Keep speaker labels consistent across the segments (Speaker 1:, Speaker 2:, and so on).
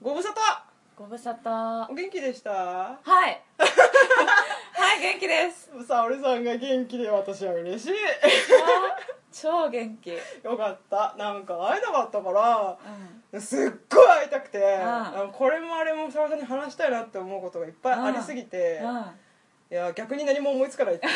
Speaker 1: ご無沙
Speaker 2: ご無沙汰は
Speaker 1: 汰お元気でした
Speaker 2: い はい元気です
Speaker 1: 沙織さんが元気で私は嬉しい
Speaker 2: 超元気、う ん、
Speaker 1: よかったなんか会えなかったからすっごい会いたくて、あのこれもあれも沙織さんに話したいなって思うことがいっぱいありすぎて、
Speaker 2: うん
Speaker 1: いや逆に何も思いつかないっていう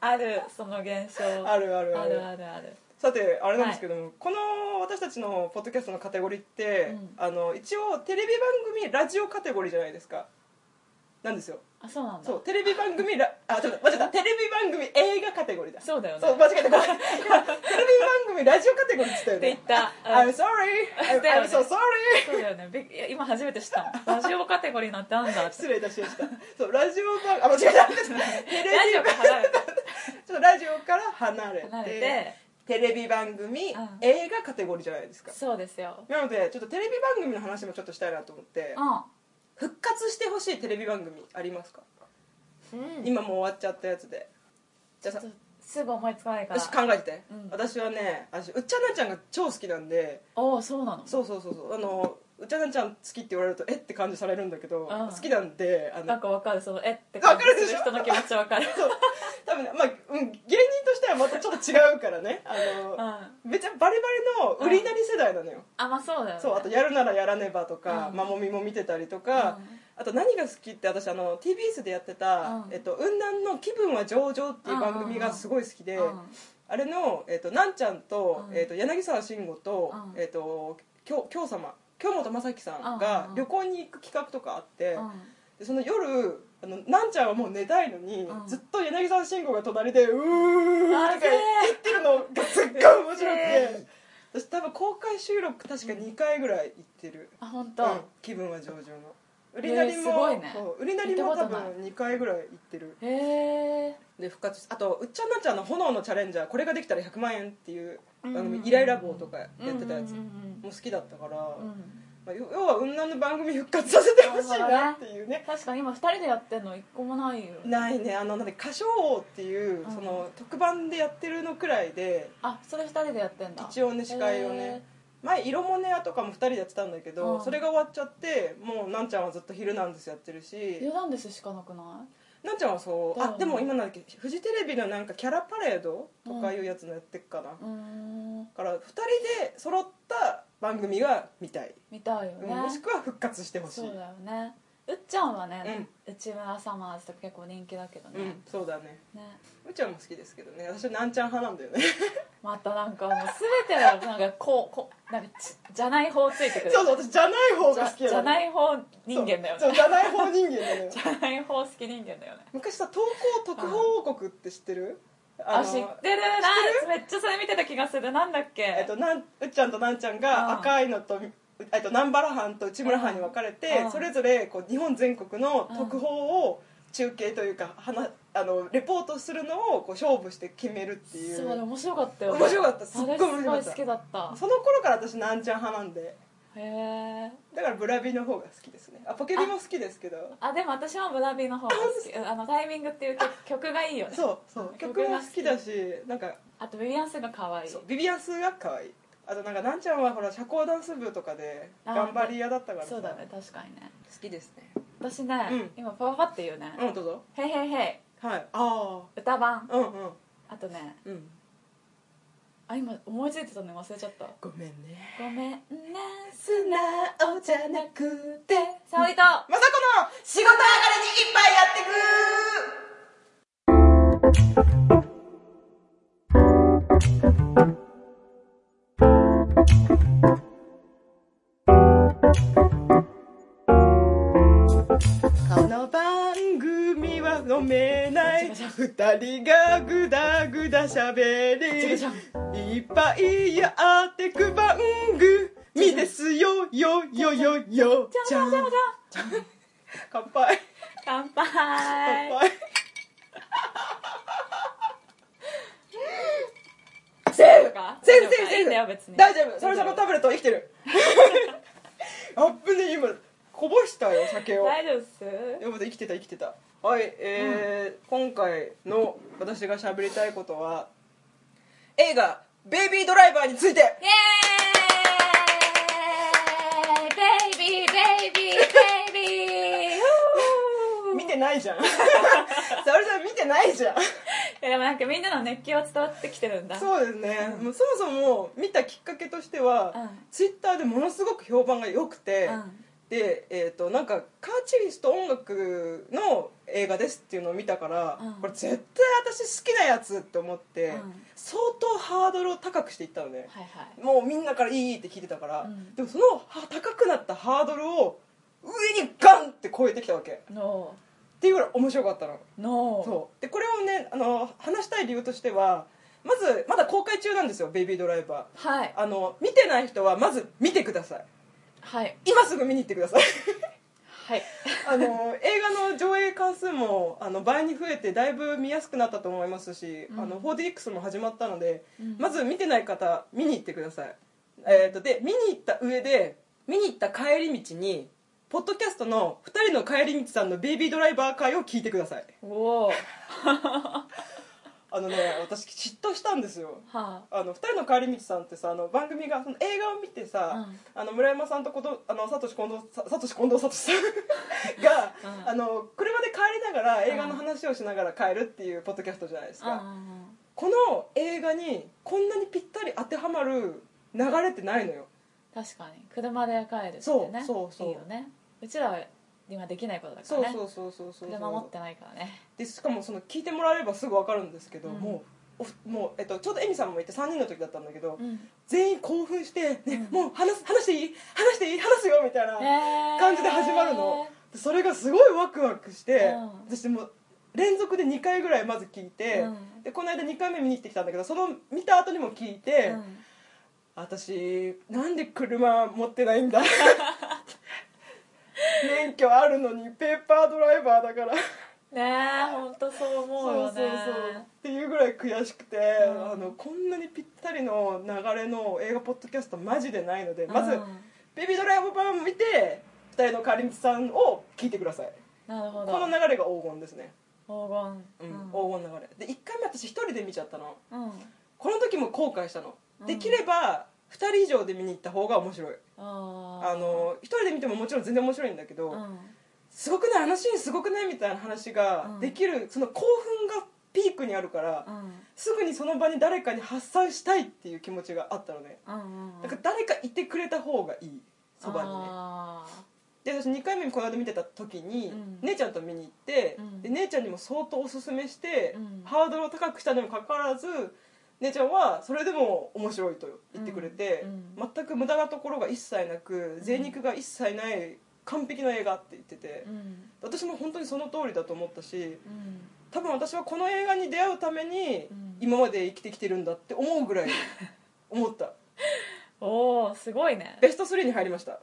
Speaker 2: あるその現象
Speaker 1: ね あるあるあ
Speaker 2: あ
Speaker 1: る
Speaker 2: るあるある
Speaker 1: さてあれなんですけども、この私たちのポッドキャストのカテゴリーって、
Speaker 2: うん
Speaker 1: あの一応テレビ番組ラジオカテゴリーじゃないですかなんですよ
Speaker 2: あそうなんだ
Speaker 1: そうテレビ番組ラあちょっと間違えたテレビ番組映画カテゴリーだそ
Speaker 2: そうだよ
Speaker 1: う
Speaker 2: ね
Speaker 1: 間違えたごめん今テレビ番組ラジオカテゴリーっつったよ
Speaker 2: って言っ
Speaker 1: ね
Speaker 2: た
Speaker 1: I'm
Speaker 2: うん
Speaker 1: sorry
Speaker 2: だ
Speaker 1: I'm
Speaker 2: よね
Speaker 1: so sorry
Speaker 2: そうだよねびいや今初めて知ったのラジオカテゴリーなんてあん だって
Speaker 1: 失礼いたしましたそうラジオ番あ間違えたテ
Speaker 2: ラ
Speaker 1: レビ
Speaker 2: ジオから離れて
Speaker 1: ちょっとラジオから離れて
Speaker 2: 離れて
Speaker 1: テレビ番組、
Speaker 2: うん
Speaker 1: 映画カテゴリーじゃないですか
Speaker 2: そうですよ
Speaker 1: なのでちょっとテレビ番組の話もちょっとしたいなと思って復活してほしいテレビ番組ありますか、
Speaker 2: うん
Speaker 1: 今もう終わっちゃったやつでじゃあ
Speaker 2: ちょ
Speaker 1: さ
Speaker 2: っとすぐ思いつかないから
Speaker 1: 私考えてて、
Speaker 2: うん
Speaker 1: 私はね私うっちゃなちゃんが超好きなんで
Speaker 2: おおそうなの
Speaker 1: そうそうそうそうあのうっちゃなちゃん好きって言われるとえって感じされるんだけど、
Speaker 2: うん
Speaker 1: 好きなんであ
Speaker 2: な
Speaker 1: の
Speaker 2: んかわかるそのえって感じする人の気持ちわかる
Speaker 1: そう多分ね、まあうん、芸人としてはまたちょっと違うからねあ
Speaker 2: う
Speaker 1: の
Speaker 2: ん、あ
Speaker 1: めっちゃバリバリの売りなり世代なのよ、
Speaker 2: まあそうだよね
Speaker 1: そうあと「やるならやらねば」とか
Speaker 2: う
Speaker 1: 「
Speaker 2: ん
Speaker 1: まもみ」も見てたりとか、
Speaker 2: うん
Speaker 1: あと何が好きって私あの TBS でやってた
Speaker 2: うん
Speaker 1: 「えっと、雲南の気分は上々」っていう番組がすごい好きで、
Speaker 2: うん
Speaker 1: あれの、えっと、なんちゃんと,、
Speaker 2: うん
Speaker 1: えっと、柳沢慎吾と,、
Speaker 2: うん
Speaker 1: えっと、京京様京本正樹さんが
Speaker 2: うん
Speaker 1: 旅行に行く企画とかあって、
Speaker 2: うん
Speaker 1: でその夜あのなんちゃんはもう寝たいのに、
Speaker 2: うん
Speaker 1: ずっと柳沢慎吾が隣で「うー」と
Speaker 2: あ
Speaker 1: か
Speaker 2: すげえ
Speaker 1: 言ってるのがすっごい面白くて私多分公開収録確か2回ぐらい行ってる、
Speaker 2: あ本
Speaker 1: う
Speaker 2: 当、
Speaker 1: ん気分は上々の売りなりも、
Speaker 2: えーすごいね
Speaker 1: そう売りなりも多分
Speaker 2: 行ったこと
Speaker 1: 2回ぐらい行ってる
Speaker 2: へえ
Speaker 1: で復活しあとうっちゃんなっちゃんの「炎のチャレンジャー」これができたら100万円っていう番
Speaker 2: うんうん
Speaker 1: 組、
Speaker 2: うん
Speaker 1: イライラ棒とかやってたやつ、
Speaker 2: うんうん
Speaker 1: もう好きだったから、
Speaker 2: うんうん
Speaker 1: まあ、要要は雲南の番組復活させてほしいなっていうね
Speaker 2: 確かに今2人でやってんの1個もないよ
Speaker 1: ないねあのなんで歌唱王っていう、
Speaker 2: うん
Speaker 1: その特番でやってるのくらいで
Speaker 2: あそれ2人でやってんだ
Speaker 1: 一応ね司会をね前「色もねや」とかも2人でやってたんだけど、
Speaker 2: うん
Speaker 1: それが終わっちゃってもうなんちゃんはずっと「昼なんです」やってる
Speaker 2: へ
Speaker 1: し
Speaker 2: ー「ヨダンデス」しかなくな
Speaker 1: なんちゃんはそう、
Speaker 2: だよ
Speaker 1: あ
Speaker 2: ね
Speaker 1: でも今なんだっけフジテレビのなんかキャラパレードとかいうやつのやってっかな、
Speaker 2: いうーん
Speaker 1: だから2人で揃った番組が見たい、
Speaker 2: 見たいよ
Speaker 1: うん
Speaker 2: ね、
Speaker 1: もしくは復活してほしい
Speaker 2: そうだよねうっちゃんはね、内村サマーズとか結構人気だけど
Speaker 1: う
Speaker 2: ね,、
Speaker 1: んそうだね
Speaker 2: ね
Speaker 1: うちゃんも好きですけどね私はなんちゃん派なんだよね
Speaker 2: またなんかもう全てがなんかこうこうなんかちじゃない方ついてくる
Speaker 1: そうそう私じゃない方
Speaker 2: じ
Speaker 1: が
Speaker 2: ゃ
Speaker 1: 好きなの
Speaker 2: じゃない方人間だよ
Speaker 1: そうそう
Speaker 2: ね
Speaker 1: じゃない方人間だよね
Speaker 2: じゃない方好き人間だよね
Speaker 1: 昔さ投稿特報王国って知ってる
Speaker 2: あ
Speaker 1: の
Speaker 2: 知ってるなめっちゃそれ見てた気がするなんだっけ、
Speaker 1: えっと、なんうっちゃんとなんちゃん
Speaker 2: うん
Speaker 1: が赤いのと,、えっと南原藩と内村藩に分かれて、
Speaker 2: うん
Speaker 1: それぞれこう日本全国の特報を中継というか、話あのレポートするのをこう勝負して決めるっていう
Speaker 2: そうあれ面白かったよね
Speaker 1: 面白かったすっごい面白かっ
Speaker 2: あれすごい
Speaker 1: た
Speaker 2: 好きだった
Speaker 1: その頃から私なんちゃん派なんで
Speaker 2: へえ
Speaker 1: だからブラビの方が好きですねあポケビも好きですけど
Speaker 2: あでも私はブラビの方が好きあのタイミングっていう曲曲がいいよね
Speaker 1: そうそう曲も好きだしなんか
Speaker 2: あとビビアンスが可愛い
Speaker 1: そうビビアンスが可愛いあとなんかなんちゃんはほら社交ダンス部とかで
Speaker 2: あー
Speaker 1: 頑張り屋だったからさ
Speaker 2: そうだね確かにね
Speaker 1: 好きですね
Speaker 2: 私ね、
Speaker 1: うん
Speaker 2: 今パパパって言うね
Speaker 1: うんどうぞ
Speaker 2: 「へいへいへ
Speaker 1: はいあ
Speaker 2: い」歌版
Speaker 1: あうんうん
Speaker 2: あとね
Speaker 1: うん
Speaker 2: あ今思いついてたの忘れちゃった
Speaker 1: ごめんね
Speaker 2: ごめんね
Speaker 1: 素直じゃなくて
Speaker 2: 沙織と
Speaker 1: まさこの仕事上がりに一杯やってくこの番組は飲めない二人がぐだぐだしゃべりいっぱいやってく番組ですよよよよよ
Speaker 2: じゃんじゃんじゃん
Speaker 1: 乾杯
Speaker 2: 乾杯
Speaker 1: 乾杯セ ーフ
Speaker 2: か
Speaker 1: セーフセーフセーフ
Speaker 2: いいんだよ別に
Speaker 1: 大丈夫それさんのタブレット生きて るあっぶね今こぼしたよ酒を
Speaker 2: 大丈夫っす
Speaker 1: でも生きてた生きてたはいえー今回の私が喋りたいことは映画「ベイビードライバー」について
Speaker 2: イエーイベ
Speaker 1: ないじゃんそれじゃ見てないじゃん
Speaker 2: いやでもなんかみんなの熱気は伝わってきてるんだ
Speaker 1: そうですね、もうそもそも見たきっかけとしては、
Speaker 2: うん
Speaker 1: ツイッターでものすごく評判が良くて、
Speaker 2: うん
Speaker 1: で、えー、となんかカーチリスと音楽の映画ですっていうのを見たから、
Speaker 2: うん
Speaker 1: これ絶対私好きなやつって思って、
Speaker 2: うん
Speaker 1: 相当ハードルを高くしていったのね、
Speaker 2: はいはい
Speaker 1: もうみんなからいいって聞いてたから、
Speaker 2: うん
Speaker 1: でもそのは高くなったハードルを上にガンって超えてきたわけっ
Speaker 2: ノ
Speaker 1: ていうぐらい面白かったの
Speaker 2: ーノー
Speaker 1: そうでこれをねあの話したい理由としてはまずまだ公開中なんですよ「ベイビードライバ
Speaker 2: はい
Speaker 1: ー」あの見てない人はまず見てください
Speaker 2: はい
Speaker 1: 今すぐ見に行ってください
Speaker 2: はい
Speaker 1: あの映画の上映関数もあの倍に増えてだいぶ見やすくなったと思いますし、
Speaker 2: うん
Speaker 1: あの 4DX も始まったので、
Speaker 2: うん
Speaker 1: まず見てない方見に行ってください、えー、とで見に行った上で見に行った帰り道にポッドキャストの2人の帰り道さんの「ベイビードライバー」会を聞いてください
Speaker 2: おおは
Speaker 1: あのね私嫉妬したんですよ
Speaker 2: あ
Speaker 1: あの2人の帰り道さんってさあの番組がその映画を見てさ、あの村山さんとことあのサトシ近藤さサトシ近藤サトシさんが、
Speaker 2: うん
Speaker 1: あの車で帰りながら映画の話をしながら帰るっていうポッドキャストじゃないですか、
Speaker 2: うん
Speaker 1: この映画にこんなにぴったり当てはまる流れってないのよ
Speaker 2: 確かに車で帰るってね
Speaker 1: そうそうそう
Speaker 2: いいよねうちらは今できないことだか
Speaker 1: そう
Speaker 2: らね
Speaker 1: そうそうそうそう
Speaker 2: 車持ってないからね
Speaker 1: でしかもその聞いてもらえればすぐ分かるんですけど、
Speaker 2: うん
Speaker 1: もうおふもう、えっと、ちょうどエミさんもいて3人の時だったんだけど、
Speaker 2: うん
Speaker 1: 全員興奮して、ね
Speaker 2: うん
Speaker 1: もう話す話していい話していい話すよみたいな、感
Speaker 2: 感
Speaker 1: じで始まるの、でそれがすごいワクワクして、
Speaker 2: うん
Speaker 1: 私もう連続で2回ぐらいまず聞いて、
Speaker 2: うん
Speaker 1: でこの間2回目見に行ってきたんだけどその見た後にも聞いて、
Speaker 2: うん
Speaker 1: 私なんで車持ってないんだ 免許あるのにペーパードライバーだから
Speaker 2: ねえ本当そう思うよね
Speaker 1: っていうぐらい悔しくて、
Speaker 2: うん
Speaker 1: あのこんなにぴったりの流れの映画ポッドキャストマジでないので、
Speaker 2: うん
Speaker 1: まず「ベビードライバー」を見て2人のカリミさんを聞いてください
Speaker 2: なるほど
Speaker 1: この流れが黄金ですね、うん
Speaker 2: 黄金うん
Speaker 1: 黄金の流れで1回目私1人で見ちゃったの
Speaker 2: うん
Speaker 1: この時も後悔したの、
Speaker 2: うん
Speaker 1: できれば2人以上で見に行った方が面白いあ
Speaker 2: あ
Speaker 1: の1人で見てももちろん全然面白いんだけど、
Speaker 2: ーうん
Speaker 1: すごくないあのシーンすごくないみたいな話ができる、その興奮がピークにあるから、
Speaker 2: うん
Speaker 1: すぐにその場に誰かに発散したいっていう気持ちがあったのね
Speaker 2: うんうん
Speaker 1: だから誰かいてくれた方がいいそばにね
Speaker 2: あー
Speaker 1: で私2回目にこの間見てた時に、
Speaker 2: うん
Speaker 1: 姉ちゃんと見に行って、
Speaker 2: うん
Speaker 1: で姉ちゃんにも相当おすすめして、
Speaker 2: うん
Speaker 1: ハードルを高くしたにもかかわらず姉ちゃんはそれでも面白いと言ってくれて、
Speaker 2: うん
Speaker 1: 全く無駄なところが一切なく贅肉が一切ない完璧な映画って言ってて、
Speaker 2: うん
Speaker 1: 私も本当にその通りだと思ったし
Speaker 2: うん
Speaker 1: 多分私はこの映画に出会うために
Speaker 2: うん
Speaker 1: 今まで生きてきてるんだって思うぐらい思 った
Speaker 2: おおすごいね
Speaker 1: ベスト3に入りました
Speaker 2: は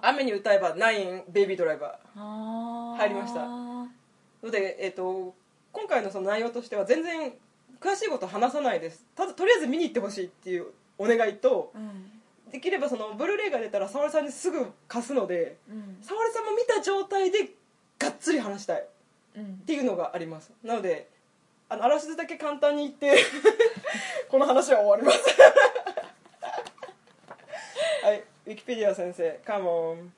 Speaker 1: 「
Speaker 2: あ
Speaker 1: 雨に歌えばナインベイビードライバー」
Speaker 2: あー
Speaker 1: 入りましたので、えー、と今回のその内容としては全然詳しいこと話さないですただとりあえず見に行ってほしいっていうお願いと
Speaker 2: うん
Speaker 1: できればそのブルーレイが出たら沙織さんにすぐ貸すので
Speaker 2: うん
Speaker 1: 沙織さんも見た状態でがっつり話したいっ
Speaker 2: うん
Speaker 1: ていうのがありますなのであのあらすじだけ簡単に言って この話は終わります はいウィキペディア先生カモン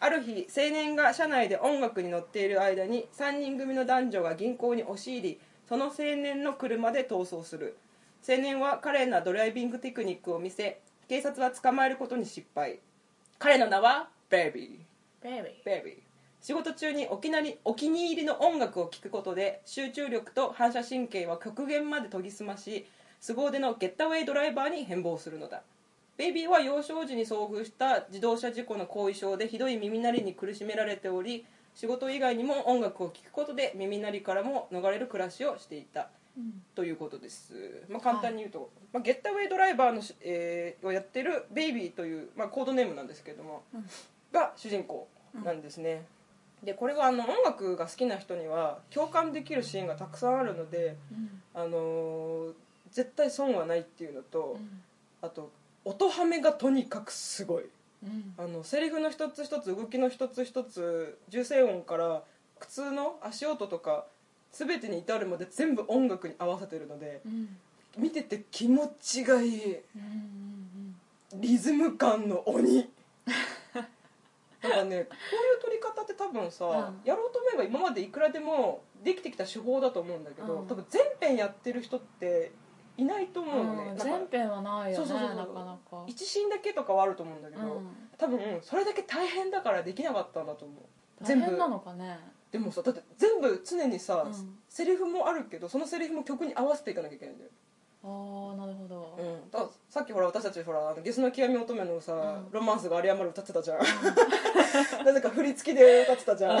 Speaker 1: ある日青年が車内で音楽に乗っている間に3人組の男女が銀行に押し入りその青年の車で逃走する青年は華麗なドライビングテクニックを見せ警察は捕まえることに失敗彼の名はベイビー
Speaker 2: ベイビー
Speaker 1: ベイビー仕事中にお気なりお気に入りの音楽を聴くことで集中力と反射神経は極限まで研ぎ澄まし凄腕のゲッタウェイドライバーに変貌するのだベイビーは幼少時に遭遇した自動車事故の後遺症でひどい耳鳴りに苦しめられており仕事以外にも音楽を聴くことで耳鳴りからも逃れる暮らしをしていた
Speaker 2: うん
Speaker 1: ということです、まあ、簡単に言うと、まあ、ゲッタウェイドライバーのし、えーをやってるベイビーという、まあ、コードネームなんですけれども、
Speaker 2: うん
Speaker 1: が主人公なんですね、でこれはあの音楽が好きな人には共感できるシーンがたくさんあるので、
Speaker 2: うん
Speaker 1: あのー絶対損はないっていうのと、
Speaker 2: うん
Speaker 1: あと音ハメがとにかくすごい
Speaker 2: うん
Speaker 1: あのセリフの一つ一つ動きの一つ一つ重声音から苦痛の足音とか全てに至るまで全部音楽に合わせてるので
Speaker 2: うん
Speaker 1: 見てて気持ちがいい
Speaker 2: うんうん
Speaker 1: リズム感の鬼なんかねこういう撮り方って多分さ、
Speaker 2: うん
Speaker 1: やろうと思えば今までいくらでもできてきた手法だと思うんだけど、
Speaker 2: うん
Speaker 1: 多分全編やってる人っていないと思うのね、
Speaker 2: うん
Speaker 1: だから
Speaker 2: 全編はないよね
Speaker 1: そうそうそう
Speaker 2: なかなか
Speaker 1: 一シーンだけとかはあると思うんだけど、
Speaker 2: うん
Speaker 1: 多分それだけ大変だからできなかったんだと思う
Speaker 2: 大
Speaker 1: 全部
Speaker 2: 変なのかね
Speaker 1: でもさだって全部常にさ、
Speaker 2: うん
Speaker 1: セリフもあるけどそのセリフも曲に合わせていかなきゃいけないんだよ、
Speaker 2: ああなるほど、
Speaker 1: うん、だからさっきほら私たちほらあのゲスの極み乙女のさ、
Speaker 2: うん
Speaker 1: ロマンスが有り余る歌ってたじゃん なぜか振り付きで歌ってたじゃん
Speaker 2: うん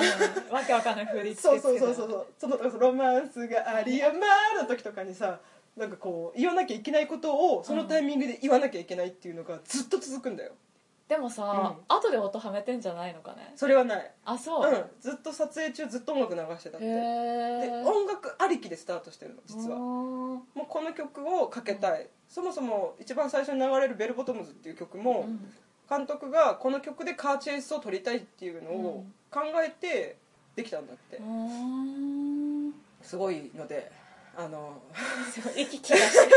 Speaker 2: わけわかんない振り付
Speaker 1: そう
Speaker 2: けつ
Speaker 1: そう
Speaker 2: けた
Speaker 1: そうそうそうそのロマンスが有り余る時とかにさなんかこう言わなきゃいけないことをそのタイミングで言わなきゃいけないっていうのがずっと続くんだよ
Speaker 2: でもさ、
Speaker 1: うん
Speaker 2: 後で音はめてんじゃないのかね
Speaker 1: それはない
Speaker 2: あそう、
Speaker 1: うんずっと撮影中ずっと音楽流してたって
Speaker 2: へ
Speaker 1: で
Speaker 2: え
Speaker 1: 音楽ありきでスタートしてるの実は
Speaker 2: は
Speaker 1: もうこの曲をかけたい、そもそも一番最初に流れる「ベルボトムズ」っていう曲も監督がこの曲でカーチェイスを撮りたいっていうのを考えてできたんだって、
Speaker 2: うん
Speaker 1: すごいのであの
Speaker 2: すごい息切らして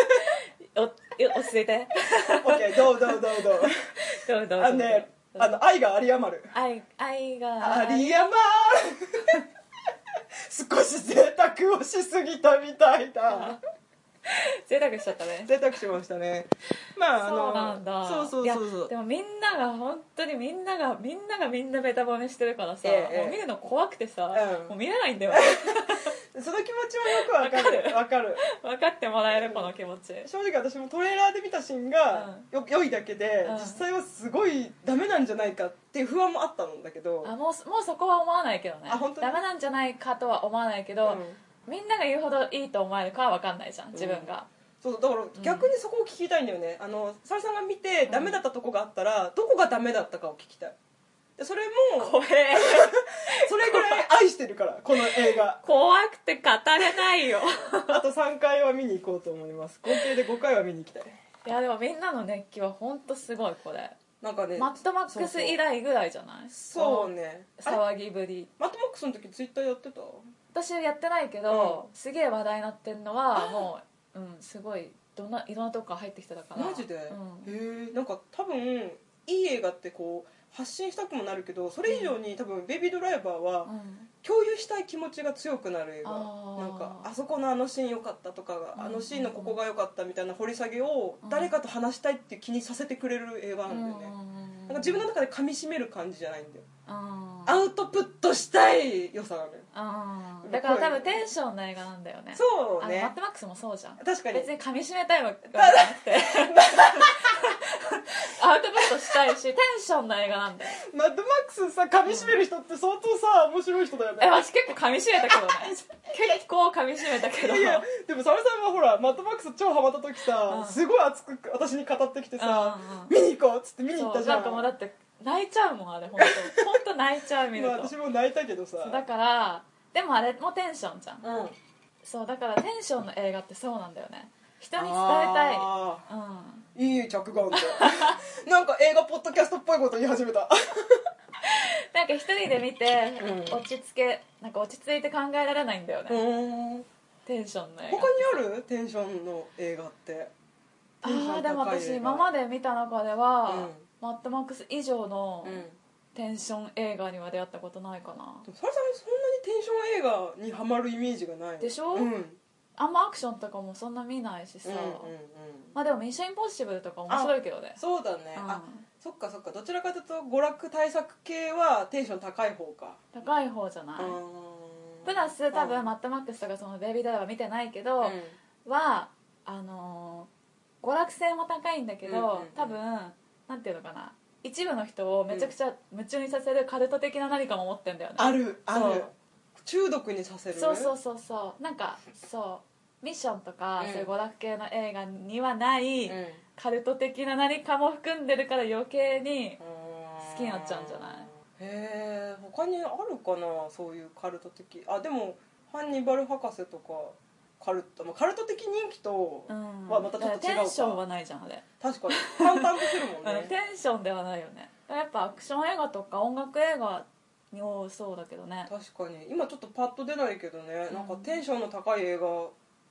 Speaker 2: おえ落ち着いて
Speaker 1: OK どうどうどうどう
Speaker 2: どうぞどうぞ
Speaker 1: あのね
Speaker 2: どうぞ
Speaker 1: あの愛が有り余る
Speaker 2: 愛愛が
Speaker 1: 有り余る少し贅沢をしすぎたみたいだ
Speaker 2: 贅沢しちゃったね
Speaker 1: 贅沢しましたねまああの
Speaker 2: そうなんだ
Speaker 1: そうそうそうそ
Speaker 2: いうやでもみんなが本当にみんながみんながみんなベタ褒めしてるからさ、
Speaker 1: ええ
Speaker 2: もう見るの怖くてさ、
Speaker 1: うん
Speaker 2: もう見れ ないんだよ
Speaker 1: その気持ちもよくわかるわかる
Speaker 2: 分かってもらえるこの気持ち
Speaker 1: 正直私もトレーラーで見たシーンがよ、良いだけで、
Speaker 2: うん
Speaker 1: 実際はすごいダメなんじゃないかっていう不安もあったんだけど
Speaker 2: あもうもうそこは思わないけどね
Speaker 1: あ本当に
Speaker 2: ダメなんじゃないかとは思わないけ
Speaker 1: う
Speaker 2: ど、
Speaker 1: ん
Speaker 2: みんなが言うほどいいと思えるかは分かんないじゃん自分が、
Speaker 1: そうだから逆にそこを聞きたいんだよね、あの沙羅さんが見てダメだったとこがあったら、どこがダメだったかを聞きたいでそれ も
Speaker 2: 怖え
Speaker 1: それぐらい愛してるからこの映画
Speaker 2: 怖くて語れないよ
Speaker 1: あと3回は見に行こうと思います合計で5回は見に行きたい
Speaker 2: いやでもみんなの熱気は本当すごいこれ
Speaker 1: なんかね
Speaker 2: マッドマックス以来ぐらいじゃない
Speaker 1: そうね
Speaker 2: この騒ぎぶり
Speaker 1: マットマックスの時ツイッターやってた
Speaker 2: 私やってないけど、すげえ話題になってんのはもう、うん、すごいどんないろんなとこから入ってきてたから
Speaker 1: マジで、
Speaker 2: うん
Speaker 1: へえなんか多分いい映画ってこう発信したくもなるけどそれ以上に多分「ベイビードライバー」は
Speaker 2: うん
Speaker 1: 共有したい気持ちが強くなる映画
Speaker 2: あー
Speaker 1: なんかあそこのあのシーン良かったとか
Speaker 2: うん
Speaker 1: あのシーンのここが良かったみたいな掘り下げを誰かと話したいって気にさせてくれる映画なんだよねなんか自分の中で噛み締める感じじゃないんだよ
Speaker 2: うん
Speaker 1: アウトプットしたい良さがある
Speaker 2: うんだから多分テンションの映画なんだよね
Speaker 1: そう
Speaker 2: あのマ
Speaker 1: ね
Speaker 2: ッドマックスもそうじゃん
Speaker 1: 確かに
Speaker 2: 別に噛み締めたいわけじゃなくて アウトプットしたいしテンションの映画なんだよ
Speaker 1: マッドマックスさ噛み締める人って相当さ面白い人だよね
Speaker 2: え私結構噛み締め たけどね結構噛み締めたけど
Speaker 1: いやでもサメさんはほらマッドマックス超ハマった時さ、
Speaker 2: うん
Speaker 1: すごい熱く私に語ってきてさ、
Speaker 2: うんうんうん
Speaker 1: 見に行こうっつって見に 行ったじゃん
Speaker 2: そうなんかもうだって泣いちゃうもんあれ本 当本当泣いちゃう見る
Speaker 1: まあ
Speaker 2: と、
Speaker 1: 私も泣いたけどさ
Speaker 2: そうだからでもあれもテンションじゃん
Speaker 1: うん、
Speaker 2: そうだからテンションの映画ってそうなんだよね人に伝えたい
Speaker 1: あ
Speaker 2: うん
Speaker 1: ーいい着眼で なんか映画ポッドキャストっぽいこと言い始めた
Speaker 2: なんか一人で見て、
Speaker 1: うん
Speaker 2: 落ち着けなんか落ち着いて考えられないんだよね、
Speaker 1: うん
Speaker 2: テンションの映
Speaker 1: 他にあるテンションの映画って
Speaker 2: 画ああーでも私今まで見た中で
Speaker 1: うん
Speaker 2: は、マッドマックス以上の
Speaker 1: うんで
Speaker 2: テンション映画には出会ったことないかな、
Speaker 1: もサメさんそんなにテンション映画にハマるイメージがない
Speaker 2: でしょ
Speaker 1: うんうん
Speaker 2: あんまアクションとかもそんな見ないしさ、
Speaker 1: うんうん
Speaker 2: まあでも「ミッションインポッシブル」とか面白いけどね
Speaker 1: そうだね、
Speaker 2: うん
Speaker 1: あそっかそっかどちらかというと娯楽対策系はテンション高い方か、
Speaker 2: 高い方じゃない、プラス多分マットマックスとかそのベイビードライバー見てないけど、はあのー娯楽性も高いんだけど、
Speaker 1: うんうんうん
Speaker 2: 多分なんていうのかな一部の人をめちゃくちゃ夢中にさせるカルト的な何かも持ってんだよね
Speaker 1: あるあ
Speaker 2: そ
Speaker 1: る
Speaker 2: う
Speaker 1: 中毒にさせる
Speaker 2: そうそうそうそうなんかそうミッションとか、
Speaker 1: うん
Speaker 2: そういう娯楽系の映画にはない、
Speaker 1: うん
Speaker 2: カルト的な何かも含んでるから余計に
Speaker 1: 好
Speaker 2: きになっちゃうんじゃない
Speaker 1: へえ他にあるかなそういうカルト的あでもハンニバル博士とかカルト、まあ、カルト的人気と、
Speaker 2: うん、
Speaker 1: まあまたちょっと違うか
Speaker 2: だからテンションはないじゃんあれ、
Speaker 1: 確かに淡々とするもん
Speaker 2: うん
Speaker 1: ね
Speaker 2: テンションではないよねやっぱアクション映画とか音楽映画に多そうだけどね
Speaker 1: 確かに今ちょっとパッと出ないけどね、
Speaker 2: うん
Speaker 1: なんかテンションの高い映画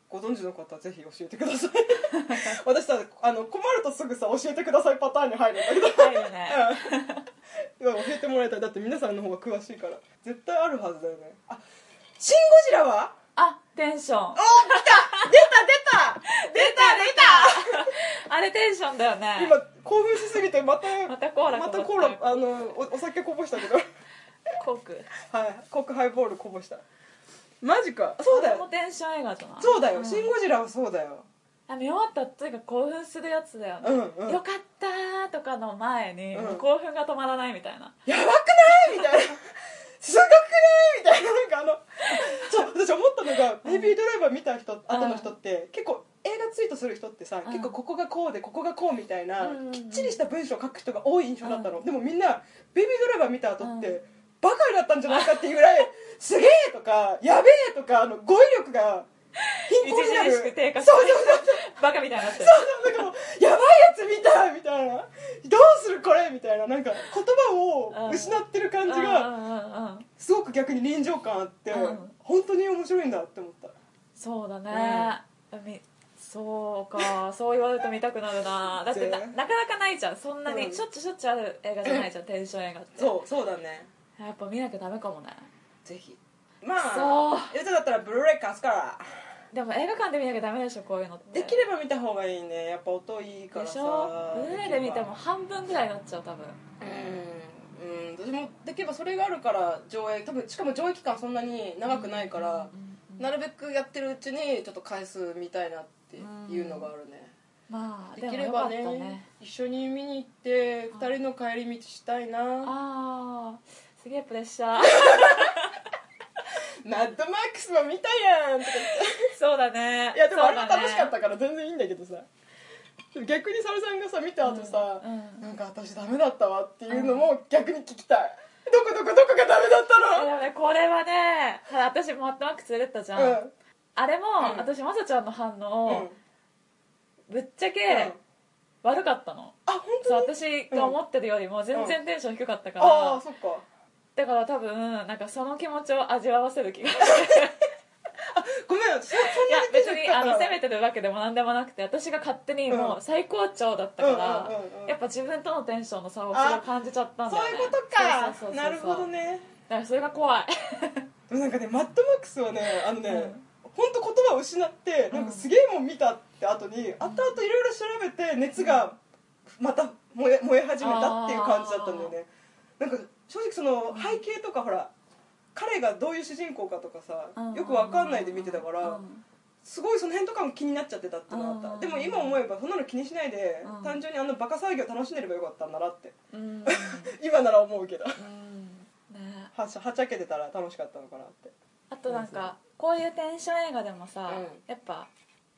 Speaker 1: ご存知の方はぜひ教えてくだ さい 私さあの困るとすぐさ教えてくださいパターンに入るんだけど
Speaker 2: ないよね
Speaker 1: うん今教えてもらえたらだって皆さんの方が詳しいから絶対あるはずだよねあシン・ゴジラは
Speaker 2: あテンション
Speaker 1: お来た出た出た
Speaker 2: あれテンションだよね
Speaker 1: 出た今興奮しすぎてまた
Speaker 2: またコーラ
Speaker 1: また
Speaker 2: こ
Speaker 1: コ
Speaker 2: ぼ
Speaker 1: ー
Speaker 2: した
Speaker 1: ラあのおお酒こぼした けど
Speaker 2: コーク
Speaker 1: はいコークハイボールこぼしたマジかそうだ
Speaker 2: あれも
Speaker 1: よ
Speaker 2: テンション映画じゃない
Speaker 1: そうだよ、
Speaker 2: ん
Speaker 1: シン・ゴジラはそうだよ
Speaker 2: あ見終わったというか興奮するやつだよね、
Speaker 1: うんうん
Speaker 2: よかったーとかの前に、
Speaker 1: うん
Speaker 2: 興奮が止まらないみたいな
Speaker 1: やばくないみたいなすごくないみたいななんかあのそう私思ったのが「ベイビードライバー」見た人後の人って結構映画ツイートする人ってさ
Speaker 2: うん
Speaker 1: 結構ここがこうでここがこうみたいな
Speaker 2: うんうんうん
Speaker 1: きっちりした文章を書く人が多い印象だった
Speaker 2: う
Speaker 1: のでもみんな「ベイビードライバー」見た後っ
Speaker 2: う
Speaker 1: てバカになったんじゃないかっていうぐらい「すげえ!」と か「やべえ!」とかあの語彙力が貧困になる
Speaker 2: 著しく低下して
Speaker 1: そうそうそう
Speaker 2: バカみたいになってる
Speaker 1: そうなんかもうやばいやつ見たみたいなどうするこれみたいななんか言葉を失ってる感じが
Speaker 2: うんうんうんうん
Speaker 1: すごく逆に臨場感あって、
Speaker 2: うん
Speaker 1: 本当に面白いんだって思った
Speaker 2: そうだね、みそうかそう言われると見たくなるな だってな
Speaker 1: ぜ
Speaker 2: なかなかないじゃんそんな
Speaker 1: うん
Speaker 2: にしょっちゅうしょっちゅうある映画じゃないじゃん、テンション映画って
Speaker 1: うそうだね
Speaker 2: やっぱ見なきゃダメかもね
Speaker 1: ぜひま
Speaker 2: そう
Speaker 1: あ歌だったらブルーレイ貸すから
Speaker 2: でも映画館で見なきゃダメでしょこういうのって
Speaker 1: できれば見た方がいいねやっぱ音いいから
Speaker 2: で
Speaker 1: さ
Speaker 2: しょブルーレイで見
Speaker 1: でき
Speaker 2: て
Speaker 1: れ
Speaker 2: も
Speaker 1: ば
Speaker 2: 半分ぐらいになっちゃう多分
Speaker 1: うんうん私もできればそれがあるから上映多分しかも上映期間そんなに長くないから、なるべくやってるうちにちょっと回数見たいなっていうのがあるね、
Speaker 2: まあで
Speaker 1: で
Speaker 2: も
Speaker 1: きれ
Speaker 2: よか
Speaker 1: ば
Speaker 2: った
Speaker 1: ね
Speaker 2: ね
Speaker 1: 一緒に見に行って二人の帰り道したいな
Speaker 2: ああすげえプレッ シャー
Speaker 1: マッドマックスも見たやんとか言って
Speaker 2: そうだね
Speaker 1: いやでもあれ
Speaker 2: そ
Speaker 1: も
Speaker 2: うだね
Speaker 1: 楽しかったから全然いいんだけどさ逆にサルさんがさ見た後さ、
Speaker 2: うんうん
Speaker 1: なんか私ダメだったわっていうのも逆に聞きたい、どこどこどこがダメだった
Speaker 2: で
Speaker 1: の
Speaker 2: もねこれはね私マットマックス出てったじゃん、
Speaker 1: うん
Speaker 2: あれも、
Speaker 1: うん
Speaker 2: 私まさちゃんの反
Speaker 1: うん、
Speaker 2: 応、ぶっちゃ
Speaker 1: うん
Speaker 2: け悪かったの、
Speaker 1: あ本
Speaker 2: そう
Speaker 1: 当に
Speaker 2: 私が思ってるよりも全然テンション低かったから、
Speaker 1: ああそっか
Speaker 2: だから多分なんかその気持ちを味わわせる 気がして
Speaker 1: ごめんそそん
Speaker 2: いや
Speaker 1: なに
Speaker 2: 別にあの責め
Speaker 1: て
Speaker 2: てるわけでも何でもなくて私が勝手にもう最高潮だった
Speaker 1: うんう
Speaker 2: か
Speaker 1: ん
Speaker 2: ら、
Speaker 1: うんうん
Speaker 2: やっぱ自分とのテンションの差をそれを感じちゃったんだよ、
Speaker 1: そう
Speaker 2: ね、
Speaker 1: いうことか
Speaker 2: そうそうそうそう
Speaker 1: なるほどね
Speaker 2: だからそれが怖い
Speaker 1: でもなんかねマッドマックスはねあのね、
Speaker 2: うん
Speaker 1: 本当言葉を失ってなんかすげえもん見たって後に、後々いろいろ調べて熱がまた燃え燃え始めたっていう感じだったんだよねなんか正直その背景とかほら彼がどういう主人公かとかさよくわかんないで見てたから
Speaker 2: うん
Speaker 1: すごいその辺とかも気になっちゃってたっていうのがあ
Speaker 2: う
Speaker 1: った
Speaker 2: ん
Speaker 1: でも今思えばそんなの気にしないで
Speaker 2: うん
Speaker 1: 単純にあのバカ騒ぎを楽しんでればよかったんだなって
Speaker 2: うん、うん
Speaker 1: 今なら思うけど
Speaker 2: ね
Speaker 1: はしゃはちゃけてたら楽しかったのかなって
Speaker 2: あとなんかこういうテンション映画でもさ、
Speaker 1: うん
Speaker 2: やっぱ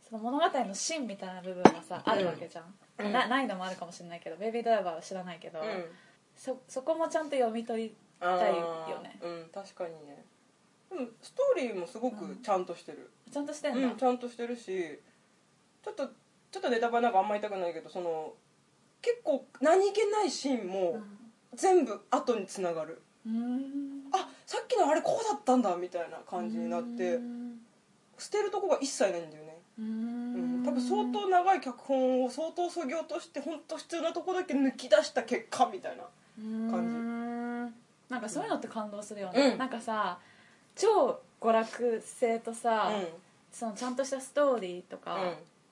Speaker 2: その物語の芯みたいな部分がさあるわけじゃん、
Speaker 1: うん
Speaker 2: なないのもあるかもしれないけど「ベイビードライバー」は知らないけど、そそこもちゃんと読み取り
Speaker 1: あ
Speaker 2: たい
Speaker 1: ー
Speaker 2: よね
Speaker 1: うん確かにねでもストーリーもすごくちゃんとしてる、
Speaker 2: ちゃんとして
Speaker 1: うん
Speaker 2: んだ、
Speaker 1: ちゃんとしてるしちょっとちょっとネタバレなんかあんまり言いたくないけどその結構何気ないシーンも全部後につながる、
Speaker 2: うん
Speaker 1: あさっきのあれこうだったんだみたいな感じになって
Speaker 2: うん
Speaker 1: 捨てるとこが一切ないんだよね、
Speaker 2: う
Speaker 1: うん
Speaker 2: ん
Speaker 1: 多分相当長い脚本を相当そぎ落として本当普通なとこだけ抜き出した結果みたいな
Speaker 2: 感じなんかそういうのって感動するよね、
Speaker 1: うん
Speaker 2: なんかさ超娯楽性とさ、そのちゃんとしたストーリーとか、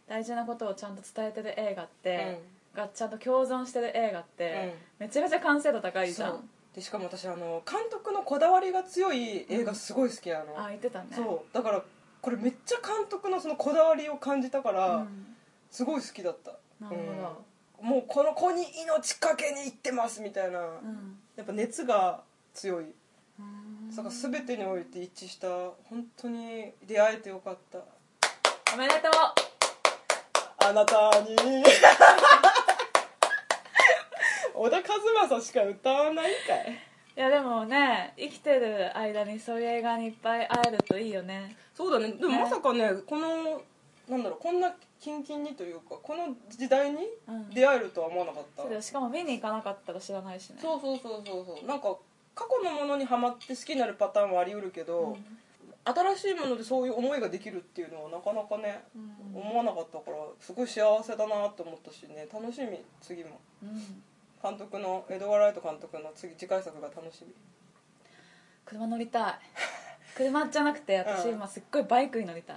Speaker 2: 大事なことをちゃんと伝えてる映画って、がちゃんと共存してる映画って、めちゃめちゃ完成度高いじゃ
Speaker 1: そうんでしかも私あの監督のこだわりが強い映画すごい好きなの、
Speaker 2: あ言ってたね
Speaker 1: そうだからこれめっちゃ監督のそのこだわりを感じたか
Speaker 2: う
Speaker 1: ら、
Speaker 2: ん
Speaker 1: すごい好きだった
Speaker 2: なるほ
Speaker 1: うんもうこの子に命かけに行ってますみたいな、
Speaker 2: どうん
Speaker 1: やっぱ熱が強い、
Speaker 2: うん
Speaker 1: だから全てにおいて一致した本当に出会えてよかった
Speaker 2: おめでとう
Speaker 1: あなたに 小田和正しか歌わないかい
Speaker 2: いやでもね生きてる間にそういう映画にいっぱい会えるといいよね
Speaker 1: そうだねでも
Speaker 2: ね
Speaker 1: まさかねこのなんだろうこんなキンキンにというかこの時代に
Speaker 2: うん
Speaker 1: 出会えるとは思わなかった、
Speaker 2: そうだよしかも見に行かなかったら知らないしね
Speaker 1: そうそうそうそうそうなんか過去のものにはまって好きになるパターンはあり得るけど、新しいものでそういう思いができるっていうのはなかなかね、
Speaker 2: うん
Speaker 1: 思わなかったからすごい幸せだなと思ったしね楽しみ次も
Speaker 2: うん
Speaker 1: 監督のエドガー・ライト監督の次次回作が楽しみ
Speaker 2: 車乗 りたい車じゃなくて私
Speaker 1: うん
Speaker 2: 今すっごいバイクに乗りたい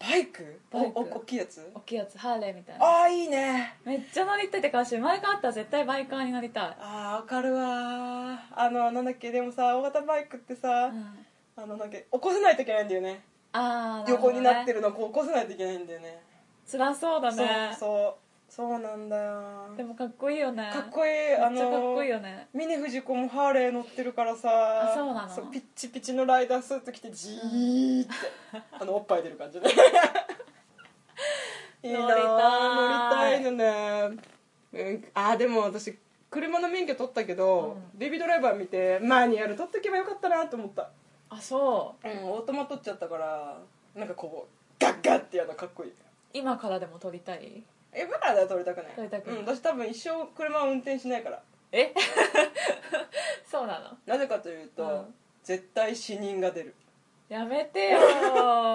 Speaker 1: バイク
Speaker 2: バイク
Speaker 1: おお大きいやつ
Speaker 2: 大きいやつハーレーみたいな
Speaker 1: ああいいね
Speaker 2: めっちゃ乗りたいってかし前からあったら絶対バイカーになりたい
Speaker 1: ああわかるわーあのなんだっけでもさ大型バイクってさ、
Speaker 2: うん
Speaker 1: あのなんか起こせないといけないんだよね
Speaker 2: ああ
Speaker 1: 横になって
Speaker 2: る
Speaker 1: るのこう起こせないといけないんだよね
Speaker 2: 辛そうだね
Speaker 1: そうそうそうなんだよ
Speaker 2: でもかっこいいよね
Speaker 1: かっこいいあ
Speaker 2: めっちゃかっこいい
Speaker 1: の
Speaker 2: よね
Speaker 1: 峰不二子もハーレー乗ってるからさ
Speaker 2: あそうなの
Speaker 1: ピッチピチのライダースーツ着てじーってあのおっぱい出る感 じねいいなー
Speaker 2: 乗りた
Speaker 1: 乗りたい
Speaker 2: い
Speaker 1: のね、うん、あーでも私車の免許取ったけど、ベビードライバー見てマニュアル取っとけばよかったなと思った
Speaker 2: あそう
Speaker 1: うんオートマ取っちゃったからなんかこうガッガッってやるのかっこいい
Speaker 2: 今からでも撮りたい
Speaker 1: えバカだよ取りたくない
Speaker 2: 撮りたくない
Speaker 1: うん、私多分一生車は運転しないから
Speaker 2: えそうなの
Speaker 1: なぜかというと、
Speaker 2: うん
Speaker 1: 絶対死人が出る
Speaker 2: やめて よ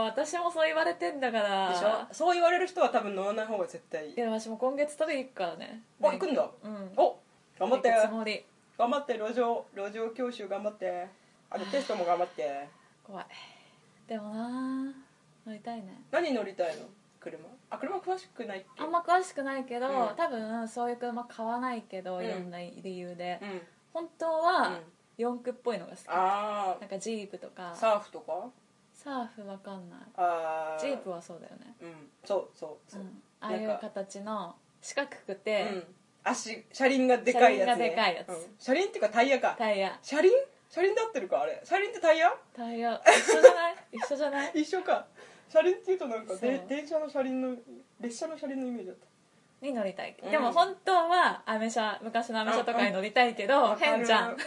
Speaker 2: 私もそう言われてんだから
Speaker 1: でしょそう言われる人は多分乗らない方が絶対いい
Speaker 2: いや私も今月取りに行くからね
Speaker 1: お行くんだ
Speaker 2: うん
Speaker 1: お頑張って
Speaker 2: 行くつもり
Speaker 1: 頑張って路上路上教習頑張ってあとテストも頑張って
Speaker 2: 怖いでもな乗りたいね
Speaker 1: 何乗りたいの車あ車詳しくないっけ
Speaker 2: あんま詳しくないけど、
Speaker 1: うん
Speaker 2: 多分そういう車買わないけど、
Speaker 1: うん
Speaker 2: いろんな理由で、
Speaker 1: うん
Speaker 2: 本当
Speaker 1: う
Speaker 2: は
Speaker 1: ん
Speaker 2: 四駆っぽいのが好き、
Speaker 1: あ
Speaker 2: なんかジープとか
Speaker 1: あサーフとか
Speaker 2: サーフわかんない
Speaker 1: ああ
Speaker 2: ジープはそうだよね、
Speaker 1: うんそうそうそうう、
Speaker 2: ん、ああい
Speaker 1: なん
Speaker 2: う
Speaker 1: か
Speaker 2: 形の四角く
Speaker 1: う
Speaker 2: て、
Speaker 1: ん、足車輪がでかいやつ、ね、
Speaker 2: 車輪がでかいやつ
Speaker 1: うん車輪っていうかタイヤか
Speaker 2: タイヤ
Speaker 1: 車輪車輪で合ってるかあれ車輪ってタイヤ
Speaker 2: タ イヤ一緒じゃない一緒じゃない
Speaker 1: 一緒か車輪っていうとなんかで
Speaker 2: そう
Speaker 1: 電車の車輪の列車の車輪のイメージだった
Speaker 2: に乗りたい、
Speaker 1: うん
Speaker 2: でも本当はアメ車昔のアメ車とかに乗りたいけど、
Speaker 1: わかる
Speaker 2: 変じゃん
Speaker 1: わかる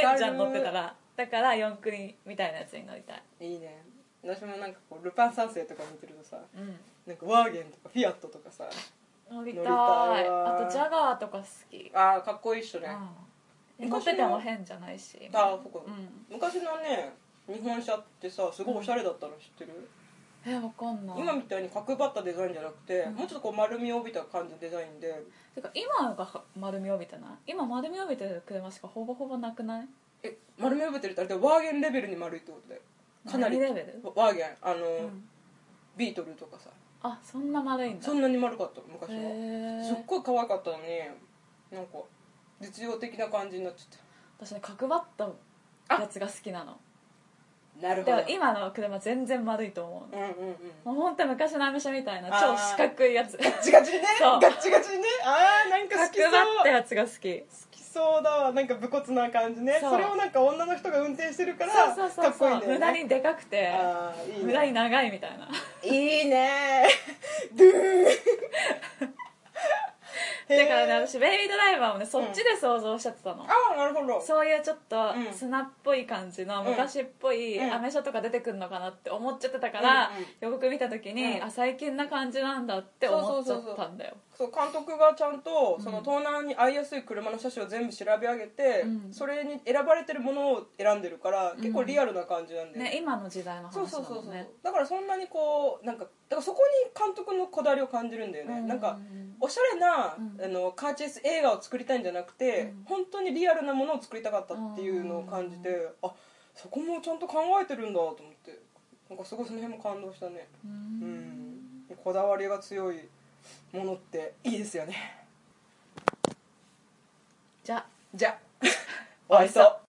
Speaker 2: 変じゃん乗ってたらだから四駆にみたいなやつに乗りたい
Speaker 1: いいね私もなんかこうルパン三世とか見てるとさ
Speaker 2: うん
Speaker 1: なんかワーゲンとかフィアットとかさ
Speaker 2: 乗りた
Speaker 1: 乗
Speaker 2: い
Speaker 1: りたいわ
Speaker 2: あとジャガーとか好き、
Speaker 1: ああかっこいいっしょね
Speaker 2: うん、乗ってても変じゃないし
Speaker 1: あーそっか
Speaker 2: うん
Speaker 1: 昔のね日本車ってさすごいおしゃれだったの知ってる、
Speaker 2: えわかんない
Speaker 1: 今みたいに角張ったデザインじゃなくて、
Speaker 2: うん
Speaker 1: もうちょっとこう丸みを帯びた感じのデザインで
Speaker 2: てか今が丸み帯びてない今丸み帯びてる車しかほぼほぼなくない
Speaker 1: え丸みを帯びてるってあれでワーゲンレベルに丸いってことだよかなり
Speaker 2: 何レベル、
Speaker 1: ワーゲンあの、
Speaker 2: うん、
Speaker 1: ビートルとかさ
Speaker 2: あそんな丸いんだ
Speaker 1: そんなに丸かったの
Speaker 2: へ
Speaker 1: 昔は、すっ
Speaker 2: え
Speaker 1: ごい可愛かったのになんか実用的な感じになっちゃっ
Speaker 2: 私ね角張ったやつが好きなの
Speaker 1: たなる
Speaker 2: でも今の車全然丸いと思う
Speaker 1: うんうんうん
Speaker 2: もう本当昔のアメ車みたいな
Speaker 1: あー
Speaker 2: 超四角いや つ角
Speaker 1: ガッチガチにね
Speaker 2: そう
Speaker 1: ガッチガチにねあーなんか好きそう
Speaker 2: 張ったやつが好き
Speaker 1: 好きそうだわなんか武骨な感じね
Speaker 2: そ
Speaker 1: そうれをなんか女の人が運転してるから
Speaker 2: そうそうそ
Speaker 1: か
Speaker 2: う
Speaker 1: っこいいん
Speaker 2: そう、
Speaker 1: だ
Speaker 2: 無
Speaker 1: よ
Speaker 2: 駄
Speaker 1: ね
Speaker 2: にでかくて
Speaker 1: あーいいね
Speaker 2: 無駄に長いみたいない
Speaker 1: いねドゥーン
Speaker 2: だからね
Speaker 1: へー
Speaker 2: 私ベイビードライバーもねそっちで想像しちゃってたの、
Speaker 1: ああなるほど
Speaker 2: そういうちょっと
Speaker 1: うん
Speaker 2: 砂っぽい感じの
Speaker 1: うん
Speaker 2: 昔っぽい
Speaker 1: うん
Speaker 2: アメ車とか出てくるのかなって思っちゃってたから
Speaker 1: うんうん
Speaker 2: 予告見た時に
Speaker 1: うん
Speaker 2: あ最近な感じなんだって思っちゃったんだよ
Speaker 1: そう監督がちゃんとその
Speaker 2: うん
Speaker 1: 盗難に遭いやすい車の車種を全部調べ上げて、
Speaker 2: うん
Speaker 1: それに選ばれてるものを選んでるから、
Speaker 2: ん
Speaker 1: 結構リアルな感じなんで、
Speaker 2: ね今の時代の話だ
Speaker 1: そ
Speaker 2: も
Speaker 1: うそうそうそ
Speaker 2: ん
Speaker 1: う、
Speaker 2: ね
Speaker 1: だからそんなにこうなんかだからそこに監督のこだわりを感じるんだよね、
Speaker 2: うん
Speaker 1: なんかおしゃれな、
Speaker 2: うん
Speaker 1: あのカーチェイス映画を作りたいんじゃなくて、
Speaker 2: うん
Speaker 1: 本当にリアルなものを作りたかったっていうのを感じて、あそこもちゃんと考えてるんだと思ってなんかすごいその辺も感動したね
Speaker 2: う
Speaker 1: うんんこだわりが強いものっていいですよね
Speaker 2: じゃあ
Speaker 1: じゃあお会いしそう